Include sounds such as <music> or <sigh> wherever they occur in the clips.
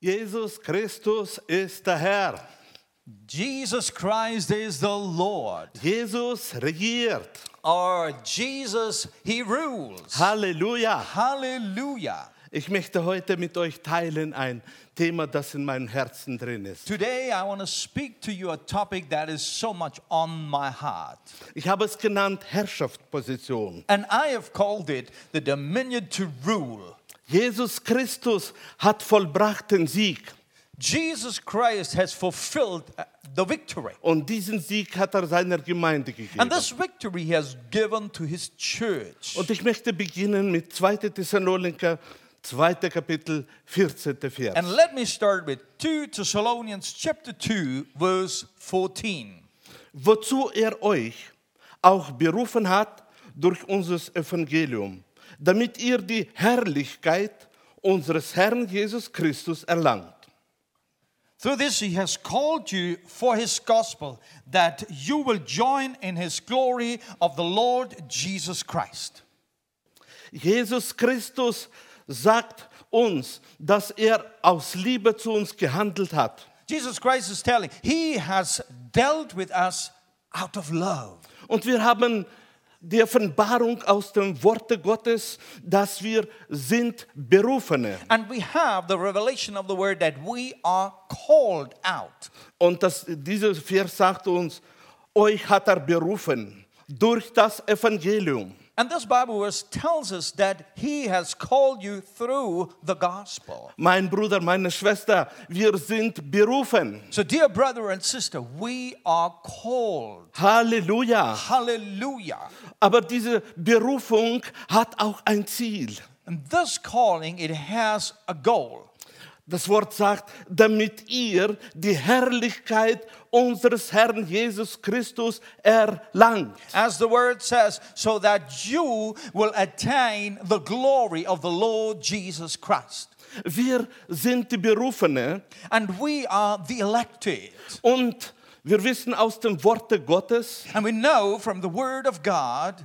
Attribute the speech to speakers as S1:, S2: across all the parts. S1: Jesus Christus ist der Herr.
S2: Jesus Christ is the Lord.
S1: Jesus regiert.
S2: Or Jesus, he rules.
S1: Halleluja.
S2: Hallelujah.
S1: Ich möchte heute mit euch teilen ein Thema, das in meinem Herzen drin ist.
S2: Today, I want to speak to you a topic that is so much on my heart.
S1: Ich habe es genannt Herrschaftsposition.
S2: And I have called it the dominion to rule.
S1: Jesus Christus hat vollbracht den Sieg
S2: Jesus Christ has fulfilled uh, the victory.
S1: und diesen Sieg hat er seiner Gemeinde gegeben.
S2: And this victory he has given to his church.
S1: Und ich möchte beginnen mit 2. Thessaloniker, 2. Kapitel, 14. Vers.
S2: And let me start with 2 Thessalonians chapter 2 verse 14.
S1: Wozu er euch auch berufen hat durch unser Evangelium, damit ihr die Herrlichkeit unseres Herrn Jesus Christus erlangt.
S2: Through this he has called you for his gospel that you will join in his glory of the Lord Jesus Christ.
S1: Jesus Christus sagt uns, dass er aus Liebe zu uns gehandelt hat.
S2: Jesus Christ is telling, he has dealt with us out of love.
S1: Und wir haben die Offenbarung aus dem Worte Gottes, dass wir sind Berufene.
S2: And we have the revelation of the word that we are called out.
S1: Und das, dieser Vers sagt uns, euch hat er berufen durch das Evangelium.
S2: And this Bible verse tells us that he has called you through the gospel.
S1: Mein Bruder, meine Schwester, wir sind berufen.
S2: So, dear brother and sister, we are called.
S1: Halleluja.
S2: Hallelujah.
S1: Aber diese Berufung hat auch ein Ziel.
S2: And this calling, it has a goal.
S1: Das Wort sagt, damit ihr die Herrlichkeit unseres Herrn Jesus Christus erlangt.
S2: As the word says, so that you will attain the glory of the Lord Jesus Christ.
S1: Wir sind die Berufene
S2: And we are the elected.
S1: und wir wissen aus dem Worte Gottes,
S2: And we know from the word of God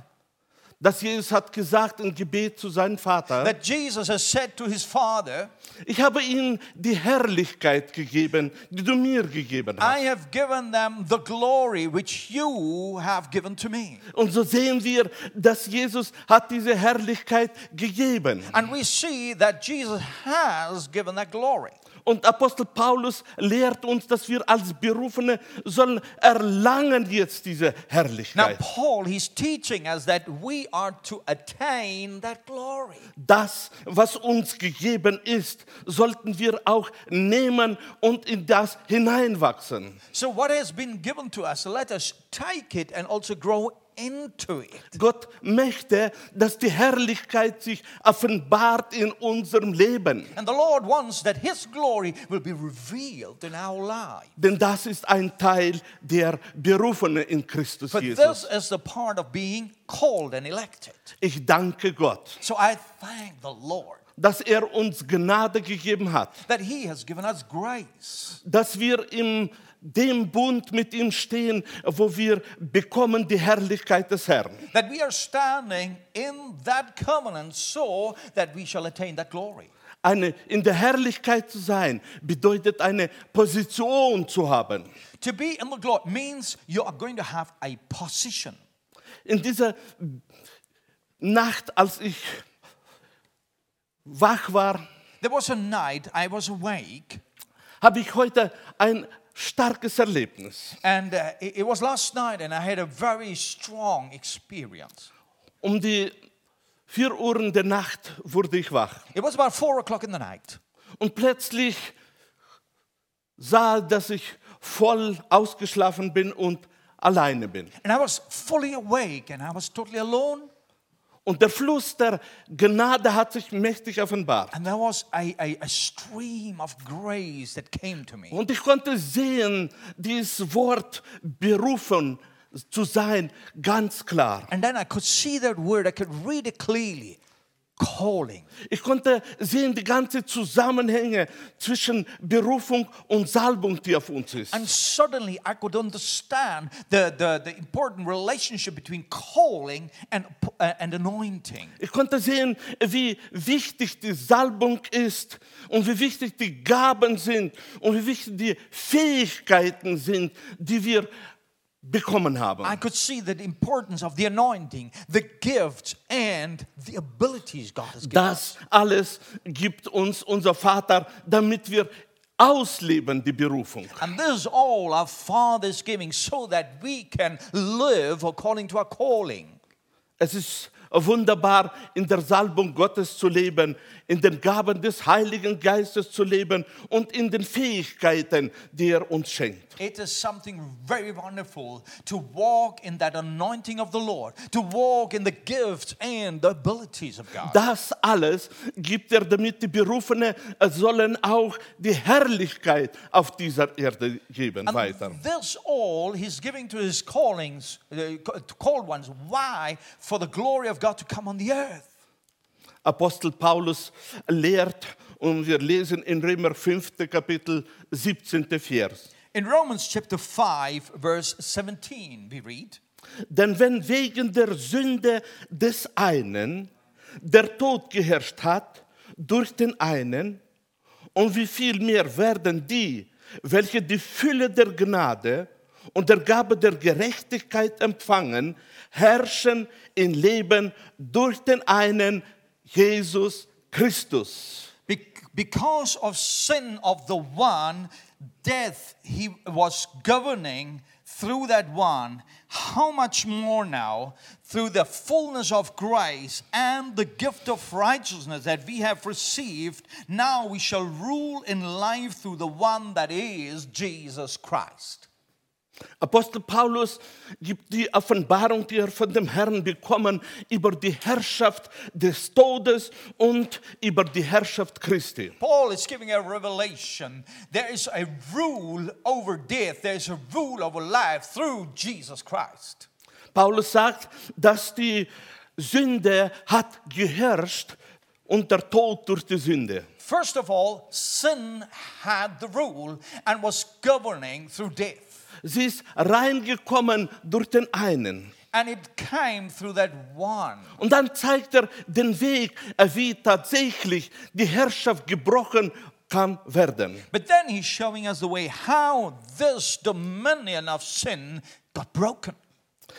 S1: dass Jesus hat gesagt im Gebet zu seinem Vater,
S2: that Jesus has said to his father,
S1: ich habe ihnen die Herrlichkeit gegeben, die du mir gegeben hast.
S2: I have given them the glory which you have given to me.
S1: Und so sehen wir, dass Jesus hat diese Herrlichkeit gegeben.
S2: And we see that Jesus has given that glory.
S1: Und Apostel Paulus lehrt uns, dass wir als Berufene sollen erlangen jetzt diese
S2: Now,
S1: Herrlichkeit.
S2: Paul, he's teaching us that we are to attain that glory.
S1: Das, was uns gegeben ist, sollten wir auch nehmen und in das hineinwachsen.
S2: So, what has been given to us, let us take it and also grow into it.
S1: Gott möchte, dass die Herrlichkeit sich offenbart in unserem Leben.
S2: And the Lord wants that his glory will be revealed in our lives.
S1: Denn das ist ein Teil der Berufenen in Christus
S2: But
S1: Jesus.
S2: this is the part of being called and elected.
S1: Ich danke Gott.
S2: So, I thank the Lord
S1: dass er uns Gnade gegeben hat,
S2: that he has given us grace.
S1: dass wir in dem Bund mit ihm stehen, wo wir bekommen die Herrlichkeit des Herrn.
S2: that we are standing in that covenant so that we shall attain that glory.
S1: Eine, in der Herrlichkeit zu sein bedeutet eine Position zu haben.
S2: To be in the glory means you are going to have a position.
S1: In dieser Nacht, als ich wach war,
S2: There was a night I was awake,
S1: habe ich heute ein starkes Erlebnis.
S2: and uh, it it was last night, and I had a very strong experience.
S1: Um die 4 Uhr der Nacht wurde ich wach.
S2: It was about four o'clock in the night,
S1: Und plötzlich sah, dass ich voll ausgeschlafen bin und alleine bin.
S2: and I was fully awake, and I was totally alone,
S1: Und der Fluss der Gnade hat sich mächtig offenbart.
S2: and there was a, a, a stream of grace that came to me.
S1: Und ich konnte sehen, dieses Wort berufen zu sein, ganz klar.
S2: And then I could see that word, I could read it clearly. calling.
S1: Ich konnte sehen die ganzen Zusammenhänge zwischen Berufung und Salbung, die auf uns ist.
S2: And suddenly I could understand the, the, the important relationship between calling and, uh, and anointing.
S1: Ich konnte sehen, wie wichtig die Salbung ist und wie wichtig die Gaben sind und wie wichtig die Fähigkeiten sind, die wir bekommen haben.
S2: I could see the importance of the anointing, the gifts, and the abilities God has given.
S1: Das alles gibt uns unser Vater, damit wir ausleben die Berufung.
S2: And this is all our Father is giving so that we can live according to our calling.
S1: Es ist wunderbar, in der Salbung Gottes zu leben, in den Gaben des Heiligen Geistes zu leben und in den Fähigkeiten, die er uns schenkt.
S2: It is something very wonderful to walk in that anointing of the Lord, to walk in the gifts and the abilities of God.
S1: Das alles gibt er, damit die Berufene sollen auch die Herrlichkeit auf dieser Erde geben weiter.
S2: And this all he's giving to his callings, uh, co- to called ones. Why? For the glory of God to come on the earth.
S1: Apostel Paulus lehrt und wir lesen in Römer 5. Kapitel 17. Vers.
S2: In Romans chapter 5, verse 17, we read,
S1: Denn wenn wegen der Sünde des einen der Tod geherrscht hat durch den einen, und wie viel mehr werden die, welche die Fülle der Gnade und der Gabe der Gerechtigkeit empfangen, herrschen in Leben durch den einen Jesus Christus.
S2: "Be- Because of sin of the one, death he was governing through that one. How much more now, through the fullness of grace and the gift of righteousness that we have received, now we shall rule in life through the one that is Jesus Christ.
S1: Apostel Paulus gibt die Offenbarung, die er von dem Herrn bekommen, über die Herrschaft des Todes und über die Herrschaft Christi.
S2: Paul is giving a revelation. There is a rule over death, there is a rule over life through Jesus Christ.
S1: Paulus sagt, dass die Sünde hat geherrscht und der Tod durch die Sünde.
S2: First of all, sin had the rule and was governing through death.
S1: Sie ist reingekommen durch den einen.
S2: And it came through that one.
S1: Und dann zeigt er den Weg, wie tatsächlich die Herrschaft gebrochen kann werden.
S2: But then he's showing us the way how this dominion of sin got broken.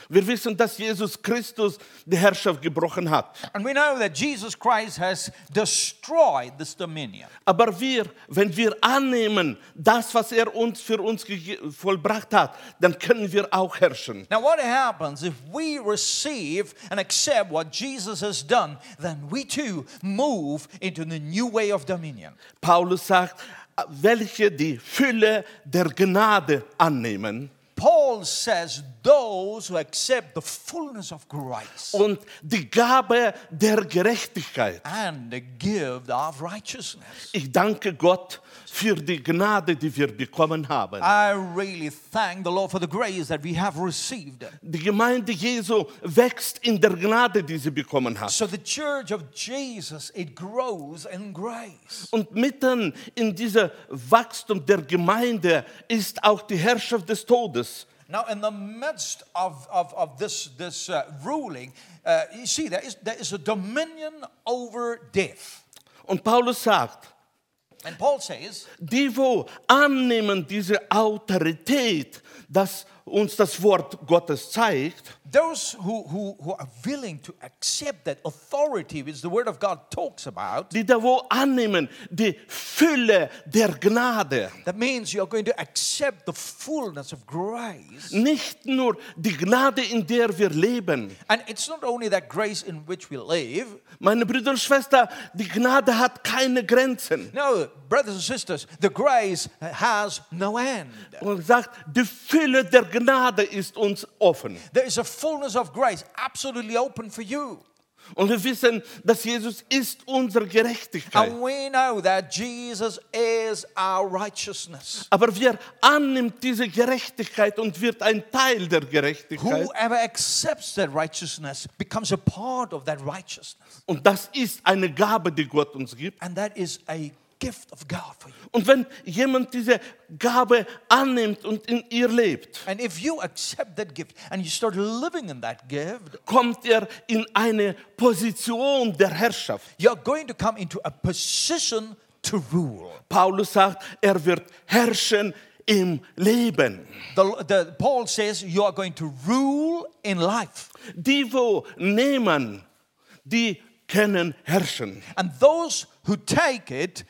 S1: Wir wissen, dass Jesus Christus die Herrschaft gebrochen hat.
S2: And we know that Jesus Christ has destroyed this dominion.
S1: Aber wir, wenn wir annehmen, das, was er uns für uns gege- vollbracht hat, dann können wir auch herrschen.
S2: Now, what happens if we receive and accept what Jesus has done, then we too move into the new way of dominion.
S1: Paulus sagt, welche die Fülle der Gnade annehmen
S2: Paul says, Those who accept the fullness of grace
S1: und die Gabe der Gerechtigkeit.
S2: and the gift of righteousness.
S1: Ich danke Gott für die Gnade, die wir bekommen haben.
S2: I really thank the Lord for the grace that we have received.
S1: Die Gemeinde Jesu wächst in der Gnade, die sie bekommen hat.
S2: So, the church of Jesus, it grows in grace.
S1: Und mitten in diesem Wachstum der Gemeinde ist auch die Herrschaft des Todes.
S2: Now, in the midst of, of, of this, this uh, ruling, uh, you see, there is, there is a dominion over death.
S1: Und Paulus sagt,
S2: And Paul says,
S1: die, wo annehmen diese Autorität, dass uns das Wort Gottes zeigt,
S2: those who, who, who are willing to accept that authority which the Word of God talks about,
S1: die da wo annehmen, die Fülle der Gnade.
S2: that means you're going to accept the fullness of grace.
S1: Nicht nur die Gnade, in der wir leben.
S2: And it's not only that grace in which we live.
S1: Meine Brüder und Schwestern, die Gnade hat keine Grenzen.
S2: No, brothers and sisters, the grace has no end.
S1: Und sagt, die Fülle der Gnade ist uns offen.
S2: There is a fullness of grace absolutely open for you.
S1: Und wir wissen, dass Jesus ist unsere Gerechtigkeit.
S2: And we know that Jesus is our righteousness.
S1: Aber wer annimmt diese Gerechtigkeit und wird ein Teil der Gerechtigkeit,
S2: Whoever accepts that righteousness becomes a part of that righteousness.
S1: und das ist eine Gabe, die Gott uns gibt,
S2: And that is a gift of God for you.
S1: und wenn jemand diese Gabe annimmt und in ihr lebt,
S2: And if you accept that gift and you start living in that gift,
S1: kommt er in eine Position der Herrschaft.
S2: you're going to come into a position to rule.
S1: Paulus sagt, er wird herrschen im Leben.
S2: The, the, Paul says you are going to rule in life.
S1: Die, wo nehmen, die können herrschen.
S2: And those who take it,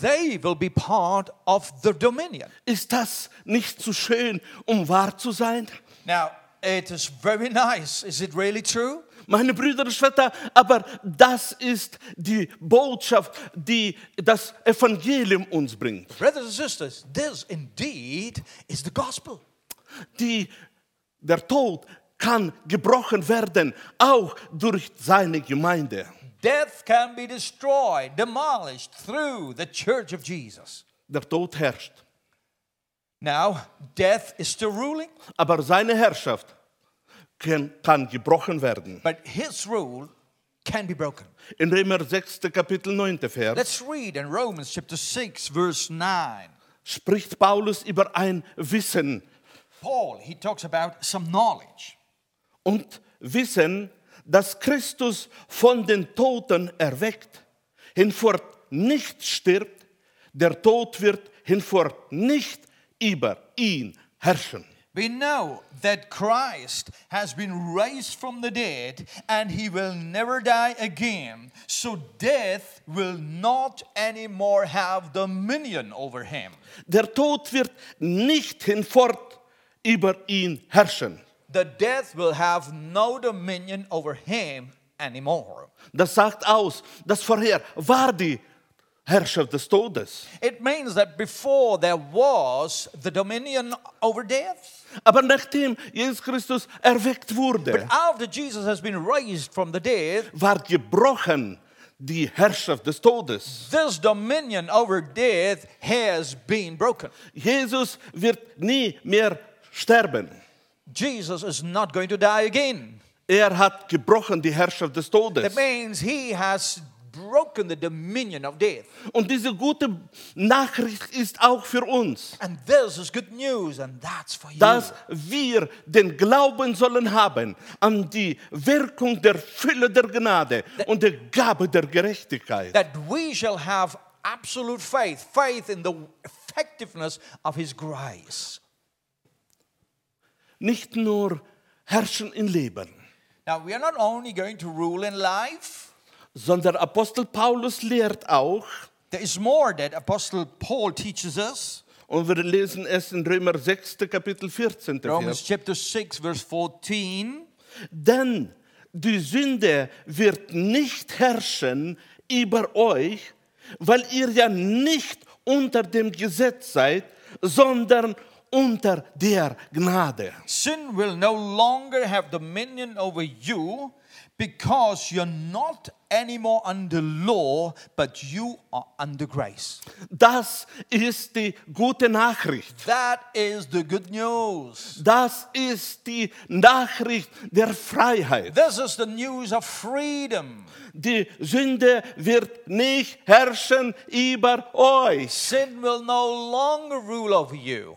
S2: they will be part of the dominion.
S1: Ist das nicht zu schön, um wahr zu sein?
S2: Now, it is very nice. Is it really true?
S1: Meine Brüder und Schwestern, aber das ist die Botschaft, die das Evangelium uns bringt.
S2: Brothers and sisters, this indeed is the gospel.
S1: Die, der Tod kann gebrochen werden, auch durch seine Gemeinde.
S2: Death can be destroyed, demolished through the church of Jesus.
S1: Der Tod herrscht,
S2: Now, death is still ruling,
S1: aber seine Herrschaft kann, kann gebrochen werden.
S2: but his rule can be broken.
S1: In Römer 6. Kapitel 9. Vers
S2: Let's read in Romans chapter 6, verse 9.
S1: spricht Paulus über ein Wissen
S2: Paul, he talks about some knowledge.
S1: und wissen, dass Christus von den Toten erweckt, hinfort nicht stirbt, der Tod wird hinfort nicht über ihn herrschen.
S2: We know that Christ has been raised from the dead and he will never die again. So death will not anymore have dominion over him.
S1: Der Tod wird nicht hinfort über ihn herrschen.
S2: The death will have no dominion over him anymore.
S1: Das sagt aus, dass vorher war die Herrschaft des Todes.
S2: It means that before there was the dominion over death,
S1: Aber nachdem Jesus Christus erweckt wurde,
S2: after Jesus has been raised from the dead,
S1: war gebrochen die Herrschaft des Todes.
S2: this dominion over death has been broken.
S1: Jesus wird nie mehr sterben.
S2: Jesus is not going to die again.
S1: Er hat gebrochen die Herrschaft des Todes.
S2: That means he has broken the dominion of death.
S1: Und diese gute Nachricht ist auch für uns,
S2: And this is good news, and that's for you.
S1: dass wir den Glauben sollen haben an die Wirkung der Fülle der Gnade und der Gabe der Gerechtigkeit.
S2: that we shall have absolute faith, faith in the effectiveness of his grace.
S1: Nicht nur herrschen in Leben,
S2: Now, we are not only going to rule in life,
S1: sondern Apostel Paulus lehrt auch,
S2: there is more that Apostle Paul teaches us.
S1: und wir lesen es in Römer 6. Kapitel 14. Vers.
S2: Romans chapter 6, verse 14.
S1: Denn die Sünde wird nicht herrschen über euch, weil ihr ja nicht unter dem Gesetz seid, sondern unter der Gnade.
S2: Sin will no longer have dominion over you because you're not anymore under law, but you are under grace.
S1: Das ist die gute Nachricht.
S2: That is the good news.
S1: Das ist die Nachricht der Freiheit.
S2: This is the news of freedom.
S1: Die Sünde wird nicht herrschen über euch.
S2: Sin will no longer rule over you.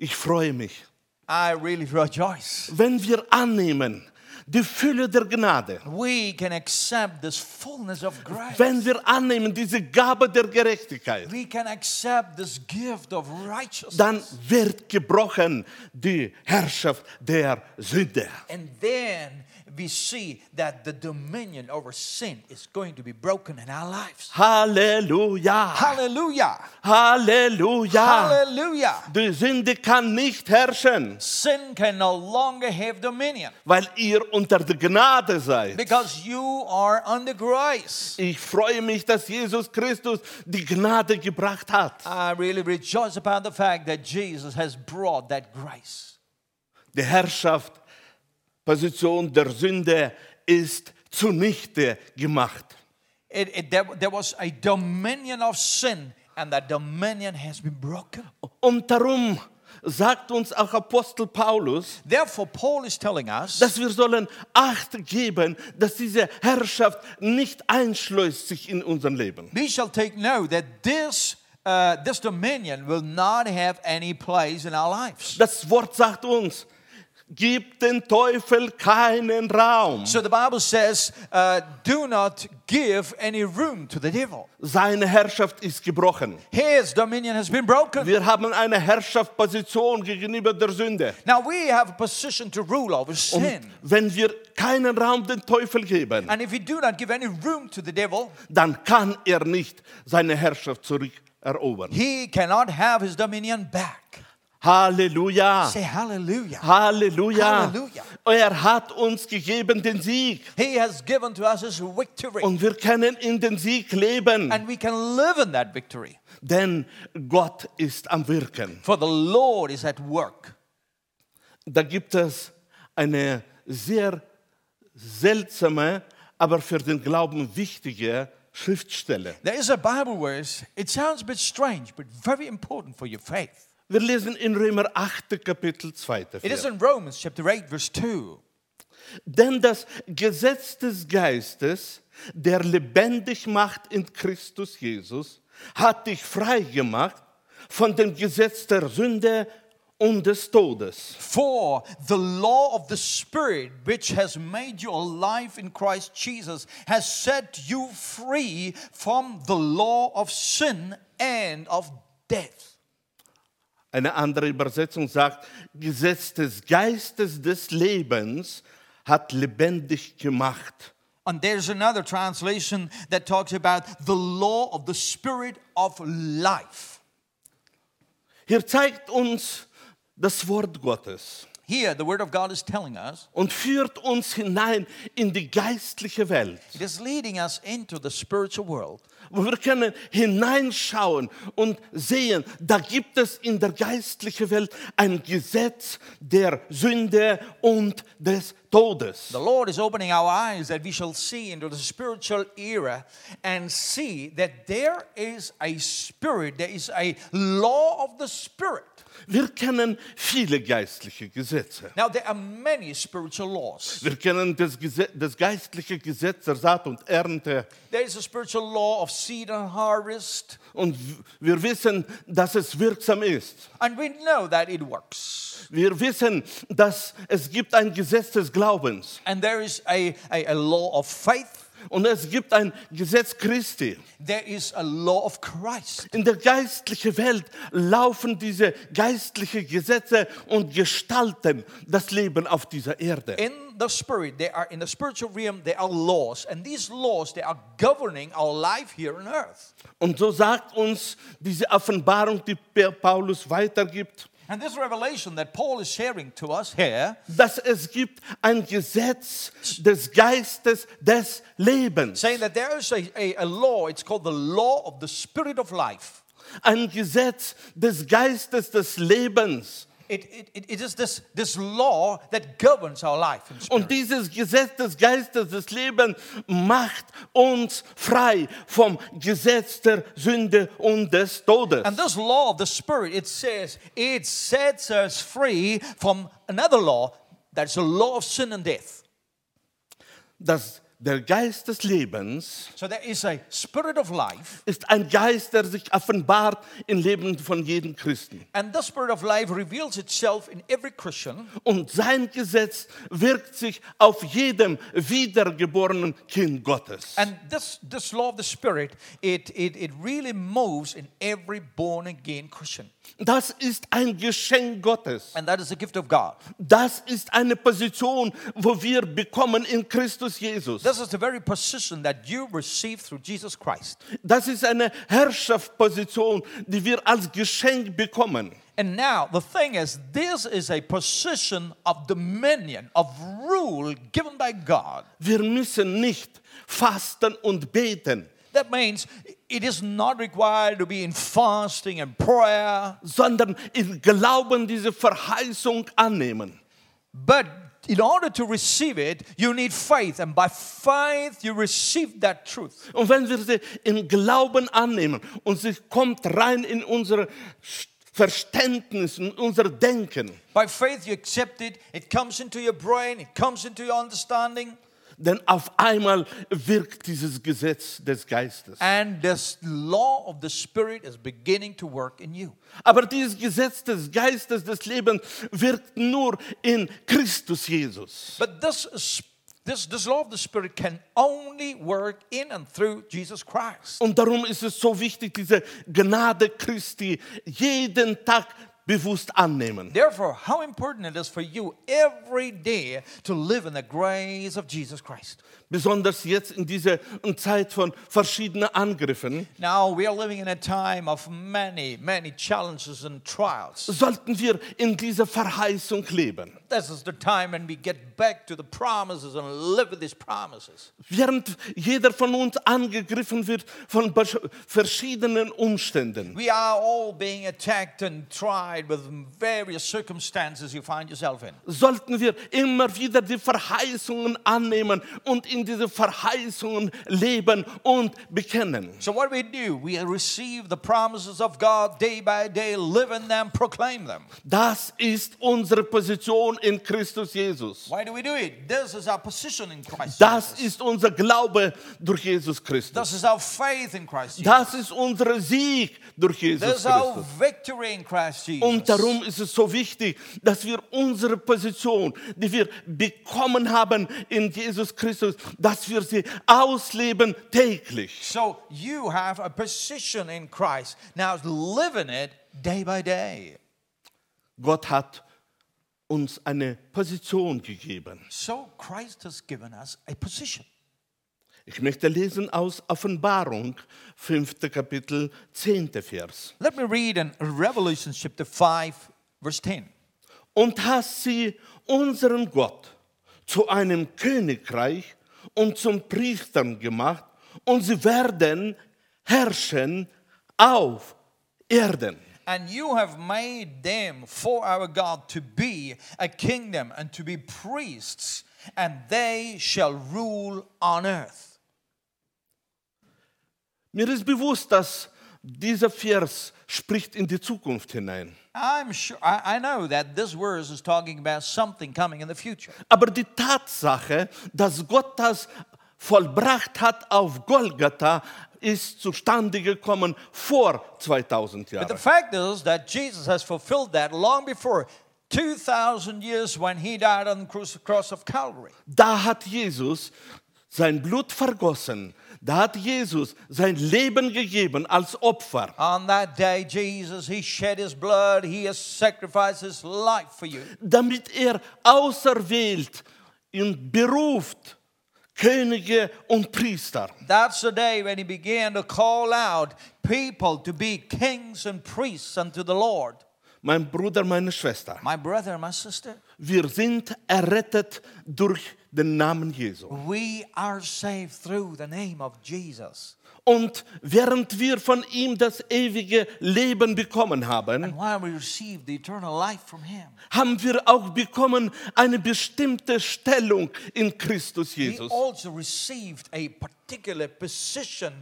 S1: Ich freue mich,
S2: I really rejoice.
S1: wenn wir annehmen die Fülle der Gnade.
S2: We can accept this fullness of grace.
S1: Wenn wir annehmen diese Gabe der Gerechtigkeit,
S2: We can accept this gift of righteousness.
S1: dann wird gebrochen die Herrschaft der Sünde.
S2: And then we see that the dominion over sin is going to be broken in our lives.
S1: Halleluja!
S2: Hallelujah! Ah.
S1: Halleluja!
S2: Hallelujah!
S1: Die Sünde kann nicht herrschen,
S2: Sin can no longer have dominion
S1: weil ihr unter der Gnade seid.
S2: because you are under grace.
S1: Ich freue mich, dass Jesus Christus die Gnade gebracht hat.
S2: I really rejoice about the fact that Jesus has brought that grace.
S1: Die Herrschaft, Position der Sünde ist zunichte gemacht.
S2: It, it, there, there was a dominion of sin, and that dominion has been broken.
S1: Und Um darum sagt uns auch Apostel Paulus,
S2: Therefore, Paul is telling us
S1: dass wir sollen Acht geben, dass diese Herrschaft nicht einschleust sich in unser Leben.
S2: we shall take note that this, uh, this dominion will not have any place in our lives.
S1: Das Wort sagt uns, gib dem Teufel keinen Raum.
S2: So the Bible says, uh, do not give any room to the devil.
S1: Seine Herrschaft ist gebrochen.
S2: His dominion has been broken.
S1: Wir haben eine Herrschaftsposition gegenüber der Sünde.
S2: Now we have a position to rule over
S1: Und
S2: sin.
S1: wenn wir keinen Raum dem Teufel geben,
S2: And if we do not give any room to the devil,
S1: dann kann er nicht seine Herrschaft zurückerobern.
S2: he cannot have his dominion back.
S1: Halleluja!
S2: Say
S1: Ah.
S2: hallelujah.
S1: Halleluja.
S2: Halleluja.
S1: Er hat uns gegeben den Sieg
S2: He has given to us his victory.
S1: und wir können in den Sieg leben,
S2: And we can live in that victory.
S1: denn Gott ist am Wirken.
S2: For the Lord is at work.
S1: Da gibt es eine sehr seltsame, aber für den Glauben wichtige Schriftstelle.
S2: There is a Bible verse. It sounds a bit strange, but very important for your faith.
S1: Wir lesen in Römer 8. Kapitel 2.
S2: It is
S1: Vers.
S2: in Romans chapter 8, verse 2.
S1: Denn das Gesetz des Geistes, der lebendig macht in Christus Jesus, hat dich frei gemacht von dem Gesetz der Sünde und des Todes.
S2: For the law of the Spirit, which has made you alive in Christ Jesus, has set you free from the law of sin and of death.
S1: Eine andere Übersetzung sagt, Gesetz des Geistes des Lebens hat lebendig gemacht.
S2: And there's another translation that talks about the law of the Spirit of life.
S1: Hier zeigt uns das Wort Gottes
S2: Here, the Word of God is telling us
S1: und führt uns hinein in die geistliche Welt.
S2: It is leading us into the spiritual world.
S1: Wo wir können hineinschauen und sehen, da gibt es in der geistlichen Welt ein Gesetz der Sünde und des Todes.
S2: The Lord is opening our eyes that we shall see into the spiritual era and see that there is a spirit, there is a law of the spirit.
S1: Wir kennen viele geistliche Gesetze.
S2: Now, there are many spiritual laws.
S1: Wir kennen das, Gesetz, das geistliche Gesetz der Saat und Ernte.
S2: There is a spiritual law of seed and harvest,
S1: Und w- wir wissen, dass es wirksam ist.
S2: and we know that it works.
S1: Wir wissen, dass es gibt ein Gesetz des Glaubens.
S2: And there is a, a, a law of faith,
S1: Und es gibt ein Gesetz Christi.
S2: there is a law of Christ.
S1: In der geistlichen Welt laufen diese geistlichen Gesetze und gestalten das Leben auf dieser Erde.
S2: in the spirit they are in the spiritual realm there are laws and these laws they are governing our life here on earth
S1: Und so sagt uns diese Offenbarung, die Per- Paulus weitergibt,
S2: and this revelation that paul is sharing to us here
S1: dass es gibt ein Gesetz des Geistes des Lebens.
S2: saying that there is a, a, a law it's called the law of the spirit of life
S1: Ein Gesetz des Geistes des Lebens.
S2: it, it, it- it is this, this law that governs our life in spirit.
S1: Und dieses Gesetz des Geistes des Lebens macht uns frei vom Gesetz der Sünde und des Todes.
S2: and this law of the spirit it says it sets us free from another law that's the law of sin and death
S1: dass der Geist des Lebens
S2: so there is a spirit of life
S1: ist ein Geist, der sich offenbart im Leben von jedem Christen.
S2: And the spirit of life reveals itself in every Christian,
S1: Und sein Gesetz wirkt sich auf jedem wiedergeborenen Kind Gottes.
S2: and this, this law of the spirit, it, it, it really moves in every born again Christian.
S1: Das ist ein Geschenk Gottes.
S2: And that is the gift of God.
S1: Das ist eine Position, wo wir bekommen in Christus Jesus.
S2: This is the very position that you receive through Jesus Christ.
S1: Das ist eine Herrschaftsposition, die wir als Geschenk bekommen.
S2: And now, the thing is, this is a position of dominion, of rule given by God.
S1: Wir müssen nicht fasten und beten,
S2: That means it is not required to be in fasting and prayer,
S1: sondern im Glauben diese Verheißung annehmen.
S2: but in order to receive it, you need faith. And by faith, you receive that truth.
S1: Und wenn wir sie im Glauben annehmen und sie kommt rein in unser Verständnis, in unser Denken,
S2: By faith, you accept it. It comes into your brain, it comes into your understanding.
S1: dann auf einmal wirkt dieses Gesetz des Geistes.
S2: And this law of the Spirit is beginning to work in you.
S1: Aber dieses Gesetz des Geistes des Lebens wirkt nur in Christus Jesus.
S2: But this, is- this, this law of the Spirit can only work in and through Jesus Christ.
S1: Und darum ist es so wichtig, diese Gnade Christi jeden Tag bewusst annehmen.
S2: Therefore, how important it is for you every day to live in the grace of Jesus Christ.
S1: Besonders jetzt in dieser Zeit von verschiedenen Angriffen
S2: Now, we are living in a time of many, many challenges and trials.
S1: sollten wir in dieser Verheißung leben.
S2: This is the time when we get back to the promises and live with these promises.
S1: Während jeder von uns angegriffen wird von besch- verschiedenen Umständen,
S2: We are all being attacked and tried with various circumstances you find yourself in.
S1: sollten wir immer wieder die Verheißungen annehmen und in diese Verheißungen leben und bekennen.
S2: So, what do we do? We receive the promises of God day by day, live in them, proclaim them.
S1: Das ist unsere Position in Christus Jesus.
S2: Why do we do it? This is our position in Christ.
S1: Das
S2: Jesus.
S1: ist unser Glaube durch Jesus Christus.
S2: This is our faith in Christ Jesus.
S1: Das ist unser Sieg durch
S2: This
S1: Jesus
S2: is our
S1: Christus.
S2: victory in Christ Jesus.
S1: Und darum ist es so wichtig, dass wir unsere Position, die wir bekommen haben in Jesus Christus, dass wir sie ausleben täglich.
S2: So you have a position in Christ. Now live in it day by day.
S1: Gott hat uns eine Position gegeben.
S2: So Christ has given us a position.
S1: Ich möchte lesen aus Offenbarung, 5. Kapitel, 10. Vers.
S2: Let me read in Revelation chapter 5, verse 10.
S1: und hast sie unseren Gott zu einem Königreich und zum Priestern gemacht und sie werden herrschen auf Erden.
S2: And you have made them for our God to be a kingdom and to be priests, and they shall rule on earth.
S1: Mir ist bewusst, dass dieser Vers spricht in die Zukunft hinein.
S2: I'm sure I, I know that this verse is talking about something coming in the future.
S1: Aber die Tatsache, dass Gott das vollbracht hat auf Golgatha, ist zustande gekommen vor 2000
S2: But the
S1: Jahren.
S2: fact is that Jesus has fulfilled that long before 2,000 years when he died on the cru- cross of Calvary.
S1: Da hat Jesus sein Blut vergossen. Da hat Jesus sein Leben gegeben als Opfer.
S2: On that day, Jesus, he shed his blood, he has sacrificed his life for you.
S1: damit er auserwählt und beruft Könige und Priester.
S2: That's the day when he began to call out people to be kings and priests unto the Lord.
S1: Mein Bruder, meine Schwester,
S2: My brother, my sister,
S1: wir sind errettet durch den Namen Jesu.
S2: we are saved through the name of Jesus.
S1: Und während wir von ihm das ewige Leben bekommen haben,
S2: And while we receive the eternal life from him,
S1: haben wir auch bekommen eine bestimmte Stellung in Christus
S2: He
S1: Jesus.
S2: also received a particular position,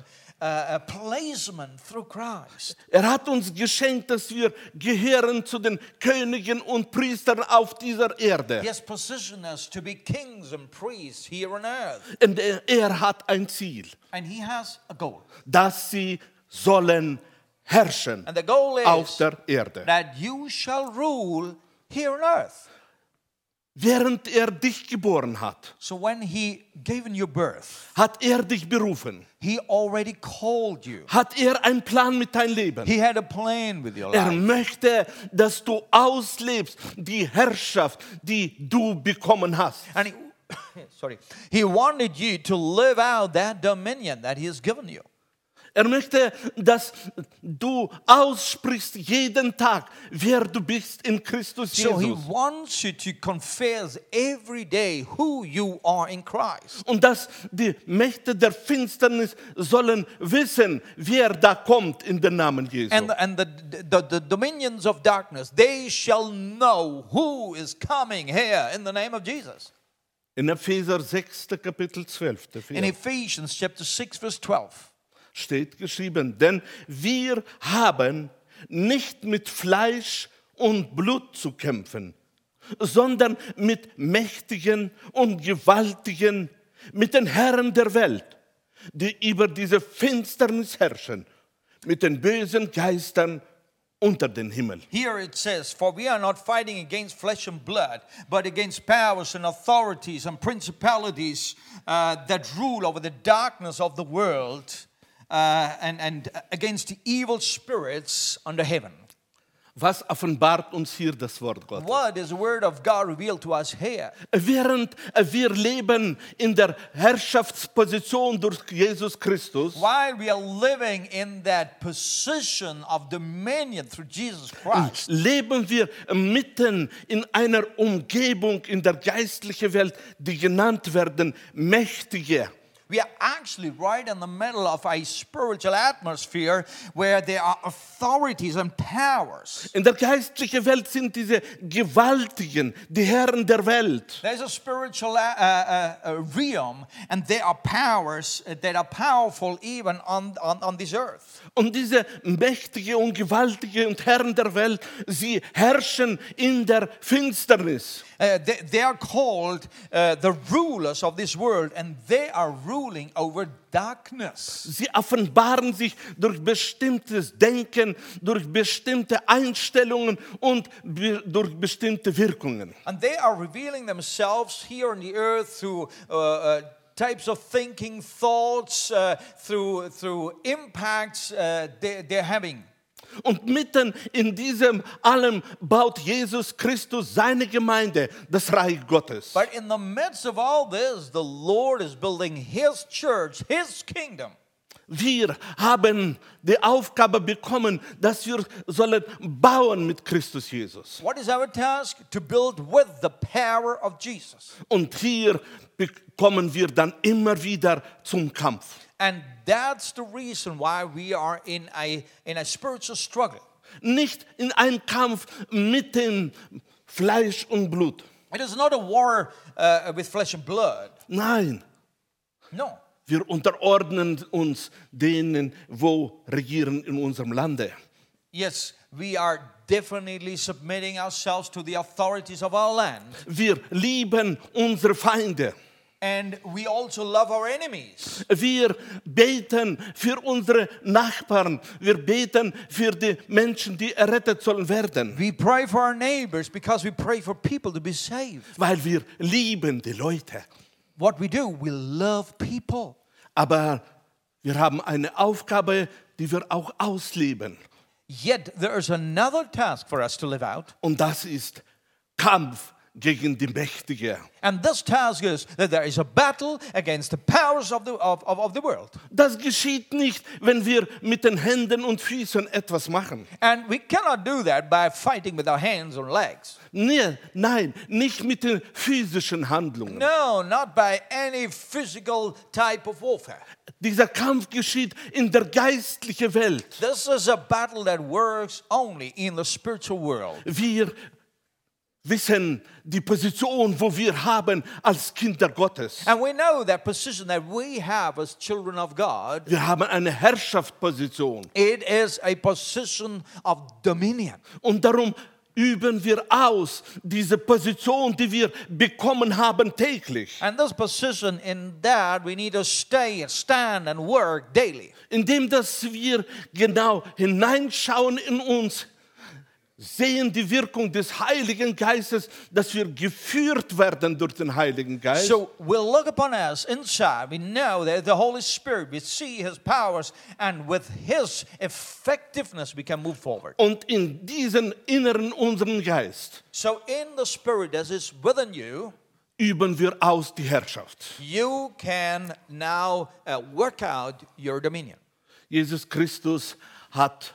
S2: uh, a placement through Christ.
S1: Er hat uns geschenkt, dass wir gehören zu den Königen und Priestern auf dieser
S2: He
S1: Erde.
S2: has positioned us to be kings and priests here on earth.
S1: Und er, er hat ein Ziel,
S2: And He has a goal.
S1: dass sie sollen herrschen
S2: And the goal
S1: auf
S2: is
S1: der Erde.
S2: that you shall rule here on earth.
S1: Während er dich geboren hat,
S2: So when He gave you birth,
S1: hat er dich berufen,
S2: He already called you,
S1: hat er einen Plan mit deinem Leben.
S2: He had a plan with your
S1: Er
S2: life.
S1: möchte, dass du auslebst die Herrschaft, die du bekommen hast.
S2: And He <coughs> Sorry, he wanted you to live out that dominion that he has given you.
S1: Er möchte, dass du aussprichst jeden Tag, wer du bist in Christus
S2: So he
S1: Jesus.
S2: wants you to confess every day who you are in Christ.
S1: Und dass die Mächte der Finsternis sollen wissen, wer da kommt in den Namen Jesu.
S2: And, and the, the, the dominions of darkness, they shall know who is coming here in the name of Jesus.
S1: in Epheser 6. Kapitel 12. der
S2: In
S1: Vers.
S2: Ephesians chapter 6, verse 12.
S1: steht geschrieben, denn wir haben nicht mit Fleisch und Blut zu kämpfen, sondern mit mächtigen und gewaltigen, mit den Herren der Welt, die über diese Finsternis herrschen, mit den bösen Geistern unter den Himmel.
S2: Here it says, For we are not fighting against flesh and blood, but against powers and authorities and principalities uh, that rule over the darkness of the world uh, and, and against the evil spirits under heaven.
S1: Was offenbart uns hier das Wort Gottes?
S2: What is the word of God revealed to us here?
S1: Während wir leben in der Herrschaftsposition durch Jesus Christus,
S2: While we are living in that position of dominion through Jesus Christ,
S1: leben wir mitten in einer Umgebung in der geistlichen Welt, die genannt werden Mächtige.
S2: we are actually right in the middle of a spiritual atmosphere where there are authorities and powers.
S1: In der geistlichen Welt sind diese Gewaltigen, die Herren der Welt.
S2: There's a spiritual uh, uh, uh, realm, and there are powers uh, that are powerful even on, on, on this earth.
S1: Und diese Mächtige und Gewaltige und Herren der Welt, sie herrschen in der Finsternis.
S2: Uh, they, they are called uh, the rulers of this world, and they are ruling over darkness.
S1: Sie offenbaren sich durch bestimmtes Denken, durch bestimmte Einstellungen und be- durch bestimmte Wirkungen.
S2: And they are revealing themselves here on the earth through. Uh, uh, Types of thinking, thoughts, uh, through through impacts uh, they, they're having.
S1: Und mitten in diesem allem baut Jesus Christus seine Gemeinde, das Reich Gottes.
S2: But in the midst of all this, the Lord is building His church, His kingdom.
S1: Wir haben die Aufgabe bekommen, dass wir sollen bauen mit Christus Jesus.
S2: What is our task? To build with the power of Jesus.
S1: Und hier kommen wir dann immer wieder zum Kampf.
S2: And that's the reason why we are in a, in a spiritual struggle.
S1: Nicht in einen Kampf mit dem Fleisch und Blut.
S2: It is not a war uh, with flesh and blood.
S1: Nein,
S2: No.
S1: wir unterordnen uns denen, wo regieren in unserem Lande.
S2: Yes, we are definitely submitting ourselves to the authorities of our land.
S1: Wir lieben unsere Feinde.
S2: And we also love our enemies.
S1: Wir beten für unsere Nachbarn. Wir beten für die Menschen, die errettet sollen werden,
S2: We pray for our neighbors because we pray for people to be saved.
S1: weil wir lieben die Leute.
S2: What we do, we love people.
S1: Aber wir haben eine Aufgabe, die wir auch ausleben.
S2: Yet there is another task for us to live out.
S1: Und das ist Kampf gegen die Mächtige.
S2: And this tells us that there is a battle against the powers of the, of, of, of the world.
S1: Das geschieht nicht, wenn wir mit den Händen und Füßen etwas machen.
S2: And we cannot do that by fighting with our hands or legs.
S1: Nee, nein, nicht mit den physischen Handlungen.
S2: No, not by any physical type of warfare.
S1: Dieser Kampf geschieht in der geistlichen Welt.
S2: This is a battle that works only in the spiritual world.
S1: Wir wissen die Position, wo wir haben als Kinder Gottes.
S2: And we know that position that we have as children of God,
S1: Wir haben eine Herrschaftsposition
S2: it is a position of dominion.
S1: und darum üben wir aus diese Position, die wir bekommen haben täglich,
S2: And this position, in that we need to stay and stand and work daily.
S1: indem dass wir genau hineinschauen in uns, sehen die Wirkung des Heiligen Geistes, dass wir geführt werden durch den Heiligen Geist.
S2: So we'll look upon us inside. We know that the Holy Spirit, we see His powers, and with His effectiveness, we can move forward.
S1: und in diesen inneren unseren Geist
S2: So, in the Spirit that is within you,
S1: üben wir aus die Herrschaft.
S2: you can now uh, work out your dominion.
S1: Jesus Christus hat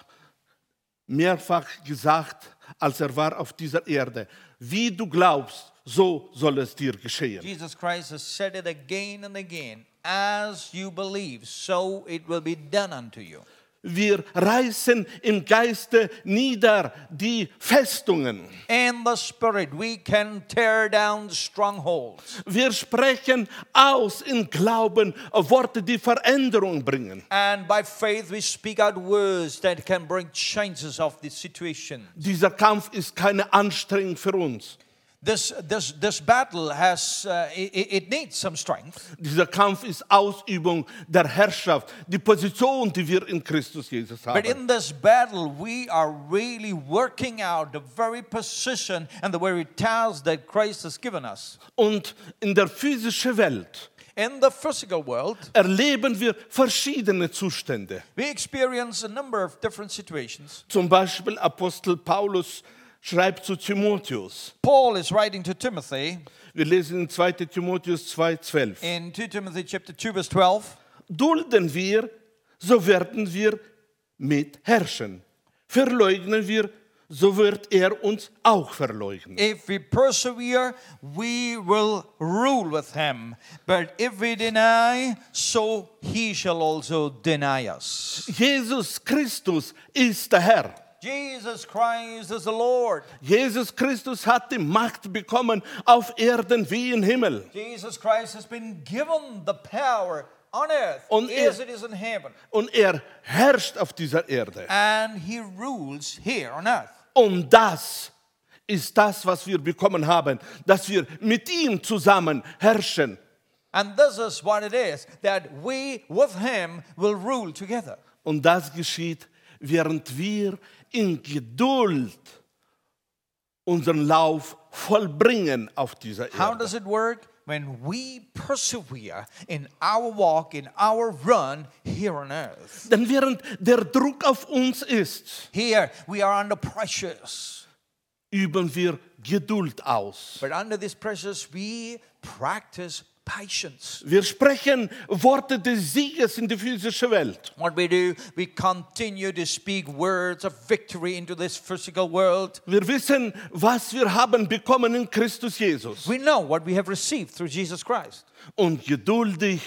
S1: mehrfach gesagt, als er war auf dieser Erde, wie du glaubst, so soll es dir geschehen.
S2: Jesus Christ has said it again and again as you believe, so it will be done unto you.
S1: Wir reißen im Geiste nieder die Festungen.
S2: In the Spirit, we can tear down strongholds.
S1: Wir sprechen aus in Glauben Worte, die Veränderung bringen.
S2: And by faith, we speak out words that can bring changes of the situation.
S1: Dieser Kampf ist keine Anstrengung für uns.
S2: This, this, this battle has, uh, it, it needs some strength.
S1: Dieser Kampf ist Ausübung der Herrschaft, die Position, die wir in Christus Jesus
S2: But
S1: haben.
S2: in this battle, we are really working out the very position and the very task that Christ has given us.
S1: Und in der physischen Welt
S2: In the physical world,
S1: erleben wir verschiedene Zustände.
S2: we experience a number of different situations.
S1: Zum Beispiel Apostel Paulus schreibt zu Timotheus.
S2: Paul is writing to Timothy
S1: Wir lesen in 2 Timotheus 2,12.
S2: in 2 Timothy chapter 2 verse 12.
S1: Dulden wir, so werden wir mit herrschen. Verleugnen wir, so wird er uns auch verleugnen.
S2: If we persevere, we will rule with him. But if we deny, so he shall also deny us.
S1: Jesus Christus ist der Herr.
S2: Jesus Christ is the Lord.
S1: Jesus Christus hat die Macht bekommen auf Erden wie im Himmel.
S2: Jesus Christ has been given the power on earth
S1: On
S2: as
S1: earth.
S2: it is in heaven.
S1: Und er herrscht auf dieser Erde.
S2: And he rules here on earth.
S1: Und das ist das, was wir bekommen haben, dass wir mit ihm zusammen herrschen.
S2: And this is what it is that we with him will rule together.
S1: Und das geschieht, während wir in Geduld unseren Lauf vollbringen auf dieser
S2: How
S1: Erde.
S2: does it work? When we persevere in our walk, in our run here on earth.
S1: Denn während der Druck auf uns ist,
S2: Here we are under pressures,
S1: üben wir Geduld aus.
S2: but under these pressures we practice patience.
S1: Wir sprechen Worte des Sieges in die physische Welt.
S2: What we do, we continue to speak words of victory into this physical world.
S1: Wir wissen, was wir haben bekommen in Christus Jesus.
S2: We know what we have received through Jesus Christ.
S1: Und geduldig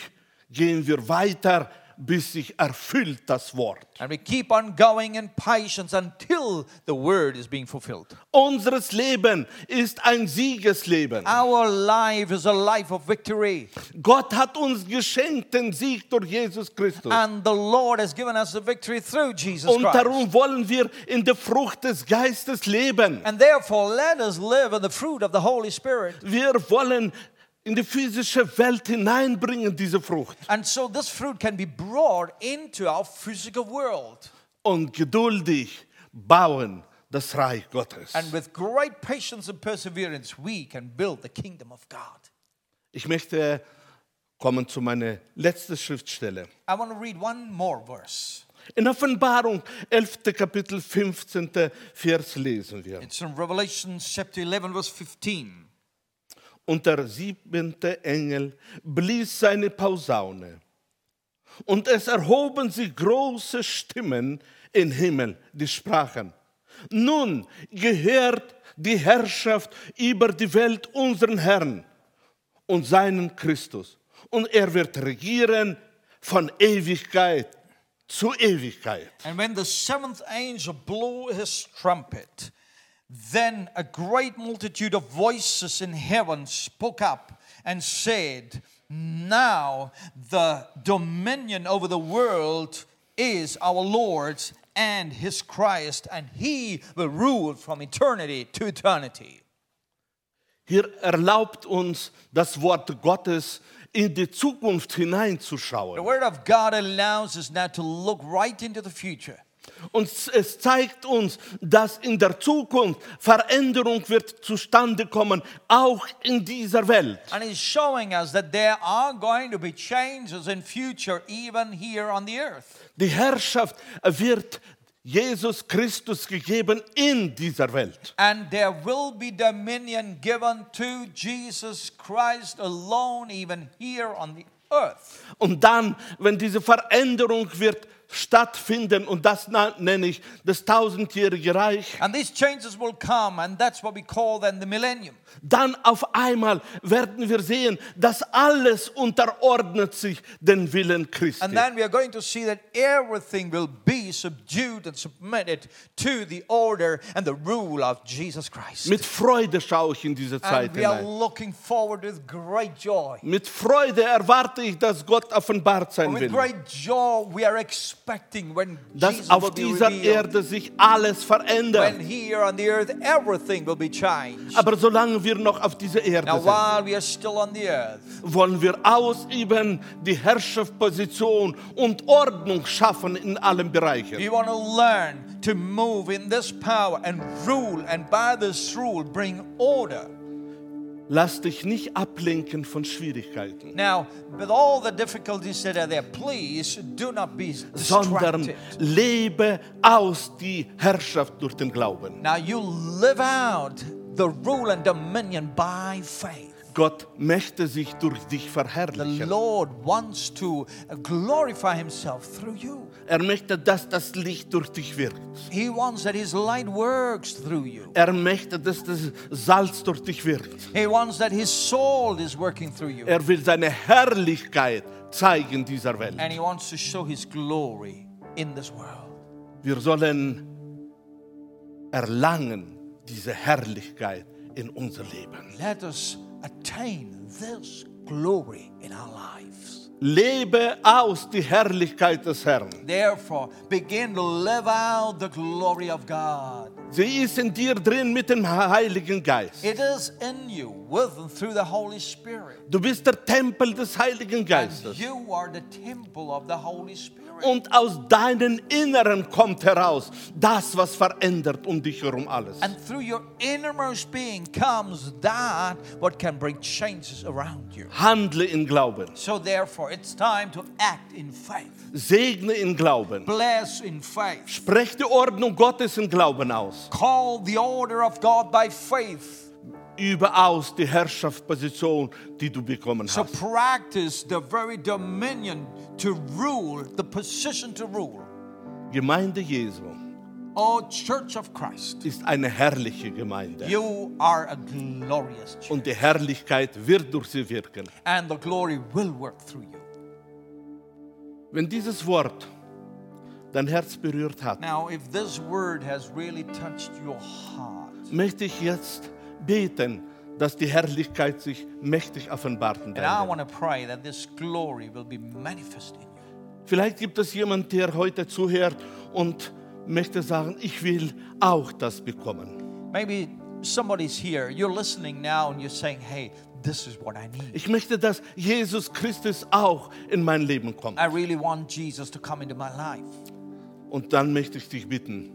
S1: gehen wir weiter, bis sich erfüllt das Wort.
S2: And we keep on going in patience until the word is being fulfilled.
S1: Unseres Leben ist ein Siegesleben.
S2: Our life is a life of victory.
S1: Gott hat uns geschenkt den Sieg durch Jesus Christus.
S2: And the Lord has given us the victory through Ah, Jesus
S1: Und
S2: Christ.
S1: darum wollen wir in der Frucht des Geistes leben.
S2: And therefore, let us live in the fruit of the Holy Spirit.
S1: Wir wollen in die physische Welt hineinbringen diese Frucht.
S2: And so, this fruit can be brought into our physical world.
S1: und geduldig bauen das Reich Gottes.
S2: And with great patience and perseverance, we can build the kingdom of God.
S1: Ich möchte kommen zu meiner letzten Schriftstelle.
S2: I want to read one more verse.
S1: In Offenbarung 11. Kapitel 15. Vers lesen wir.
S2: It's in Revelation chapter 11, verse 15.
S1: Und der siebente Engel blies seine Pausaune. Und es erhoben sich große Stimmen im Himmel, die sprachen, nun gehört die Herrschaft über die Welt unseren Herrn und seinen Christus. Und er wird regieren von Ewigkeit zu Ewigkeit.
S2: And when the seventh angel blew his trumpet, then a great multitude of voices in heaven spoke up and said, Now the dominion over the world is our Lord's and his Christ, and he will rule from eternity to eternity.
S1: Hier erlaubt uns das Wort Gottes in die Zukunft hineinzuschauen.
S2: The Word of God allows us now to look right into the future.
S1: Und es zeigt uns, dass in der Zukunft Veränderung wird zustande kommen, auch in dieser Welt.
S2: And it's showing us that there are going to be changes in future, even here on the earth.
S1: Die Herrschaft wird Jesus Christus gegeben in dieser Welt.
S2: And there will be dominion given to Jesus Christ alone, even here on the earth.
S1: Und dann, wenn diese Veränderung wird stattfinden. Und das na- nenne ich das tausendjährige Reich.
S2: And these changes will come, and that's what we call then the millennium.
S1: Dann auf einmal werden wir sehen, dass alles unterordnet sich dem Willen Christi.
S2: And then we are going to see that everything will be subdued and submitted to the order and the rule of Jesus Christ.
S1: Mit Freude schaue ich in diese Zeit
S2: And we are
S1: hinein.
S2: looking forward with great joy.
S1: Mit Freude erwarte ich, dass Gott offenbart sein
S2: With
S1: will.
S2: great joy, we are expecting when Jesus
S1: Dass
S2: will
S1: auf
S2: be
S1: dieser
S2: revealed.
S1: Erde sich alles
S2: When
S1: verändert.
S2: here on the earth, everything will be changed.
S1: Aber solange wir noch auf dieser Erde
S2: Now,
S1: sind,
S2: while we are still on the earth,
S1: wollen wir ausüben die Herrschaftsposition und Ordnung schaffen in allen Bereichen.
S2: we want to learn to move in this power and rule, and by this rule, bring order.
S1: Lass dich nicht ablenken von Schwierigkeiten,
S2: Now, with all the difficulties that are there, please do not be
S1: sondern
S2: distracted.
S1: lebe aus die Herrschaft durch den Glauben.
S2: Now, you live out the rule and dominion by faith.
S1: Gott möchte sich durch dich
S2: The
S1: verherrlichen.
S2: Lord wants to glorify Himself through you.
S1: Er möchte, dass das Licht durch dich wirkt.
S2: He wants that His light works through you.
S1: Er möchte, dass das Salz durch dich wirkt.
S2: He wants that His soul is working through you.
S1: Er will seine Herrlichkeit zeigen dieser Welt.
S2: And He wants to show His glory in this world.
S1: Wir sollen erlangen diese Herrlichkeit in unser Leben.
S2: Let us attain this glory in our lives.
S1: Lebe aus die Herrlichkeit des Herrn.
S2: Therefore, begin to live out the glory of God.
S1: Sie ist in dir drin mit dem Heiligen Geist.
S2: It is in you, with and through the Holy Spirit.
S1: Du bist der Tempel des Heiligen
S2: And
S1: Geistes.
S2: you are the temple of the Holy Spirit.
S1: Und aus deinem Inneren kommt heraus das, was verändert um dich herum alles.
S2: And through your innermost being comes that what can bring changes around you.
S1: Handle in Glauben.
S2: So therefore, it's time to act in faith.
S1: Segne in Glauben.
S2: Bless in faith.
S1: Sprech die Ordnung Gottes in Glauben aus.
S2: Call the order of God by faith.
S1: Übe aus die Herrschaftsposition, die du bekommen
S2: So
S1: hast.
S2: practice the very dominion to rule, the position to rule.
S1: Gemeinde Jesu
S2: Oh, Church of Christ,
S1: ist eine herrliche Gemeinde.
S2: you are a glorious church.
S1: Und die Herrlichkeit wird durch sie wirken.
S2: and the glory will work through you.
S1: Wenn dieses Wort dein Herz berührt hat,
S2: Now, if this word has really touched your heart,
S1: möchte ich jetzt beten, dass die Herrlichkeit sich mächtig offenbart. in
S2: and I
S1: deinem Leben.
S2: want to pray that this glory will be manifest in you.
S1: Vielleicht gibt es jemanden, der heute zuhört und möchte sagen, ich will auch das bekommen.
S2: Maybe somebody's here, you're listening now and you're saying, hey, this is what I need.
S1: Ich möchte, dass Jesus Christus auch in mein Leben kommt.
S2: I really want Jesus to come into my life.
S1: Und dann möchte ich dich bitten,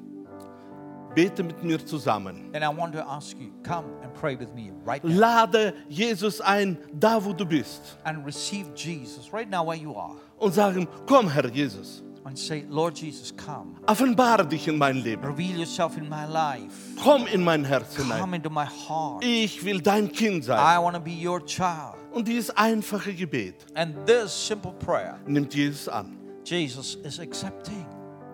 S1: bete mit mir zusammen.
S2: And I want to ask you, come and pray with me right now
S1: Lade Jesus ein, da wo du bist,
S2: and receive Jesus right now where you are
S1: und sag ihm, komm Herr Jesus,
S2: and say, Lord Jesus, come.
S1: offenbare dich in mein Leben,
S2: Reveal yourself in my life.
S1: komm in mein Herz
S2: Come
S1: hinein.
S2: into my heart.
S1: Ich will dein Kind sein.
S2: I want to be your child.
S1: Und dieses einfache Gebet
S2: And this simple prayer,
S1: nimmt Jesus an.
S2: Jesus is accepting.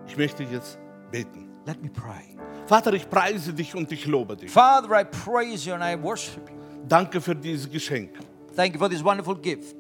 S1: Ich möchte jetzt beten.
S2: Let me pray.
S1: Vater, ich preise dich und ich lobe dich.
S2: Father, I praise you and I worship you.
S1: Danke für dieses Geschenk.
S2: Thank you for this wonderful gift.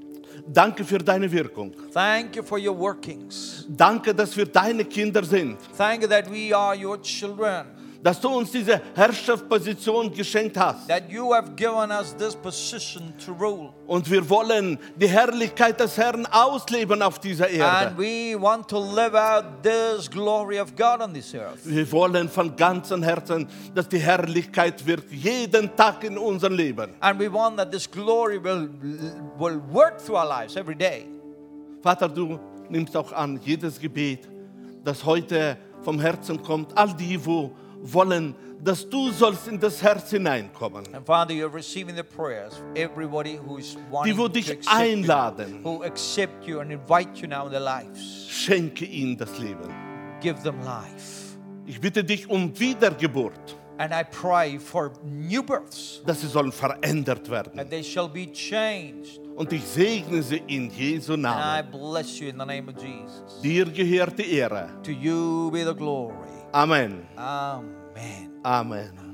S1: Danke für deine Wirkung.
S2: Thank you for your workings.
S1: Danke, dass wir deine Kinder sind,
S2: Thank you that we are your children,
S1: dass du uns diese Herrschaftsposition geschenkt hast.
S2: that you have given us this position to rule.
S1: Und wir wollen die Herrlichkeit des Herrn ausleben auf dieser Erde.
S2: And we want to live out this glory of God on this earth.
S1: Wir wollen von ganzem Herzen, dass die Herrlichkeit wirkt jeden Tag in unserem Leben.
S2: And we want that this glory will, will work through our lives every day.
S1: Vater, du nimmst auch an jedes Gebet, das heute vom Herzen kommt. All die, wo wollen, dass du sollst in das Herz hineinkommen.
S2: And Father, you're receiving the prayers of everybody who is wanting
S1: wo
S2: to
S1: dich
S2: accept you,
S1: einladen.
S2: who accept you and invite you now in their lives.
S1: Schenke ihnen das Leben.
S2: Give them life.
S1: Ich bitte dich um Wiedergeburt,
S2: And I pray for new births,
S1: dass sie sollen verändert werden.
S2: that they shall be changed,
S1: Und ich segne sie in Jesu
S2: And I
S1: Namen.
S2: bless you in the name of Jesus.
S1: Dir gehört die Ehre.
S2: To you be the glory.
S1: Amen.
S2: Amen.
S1: Amen.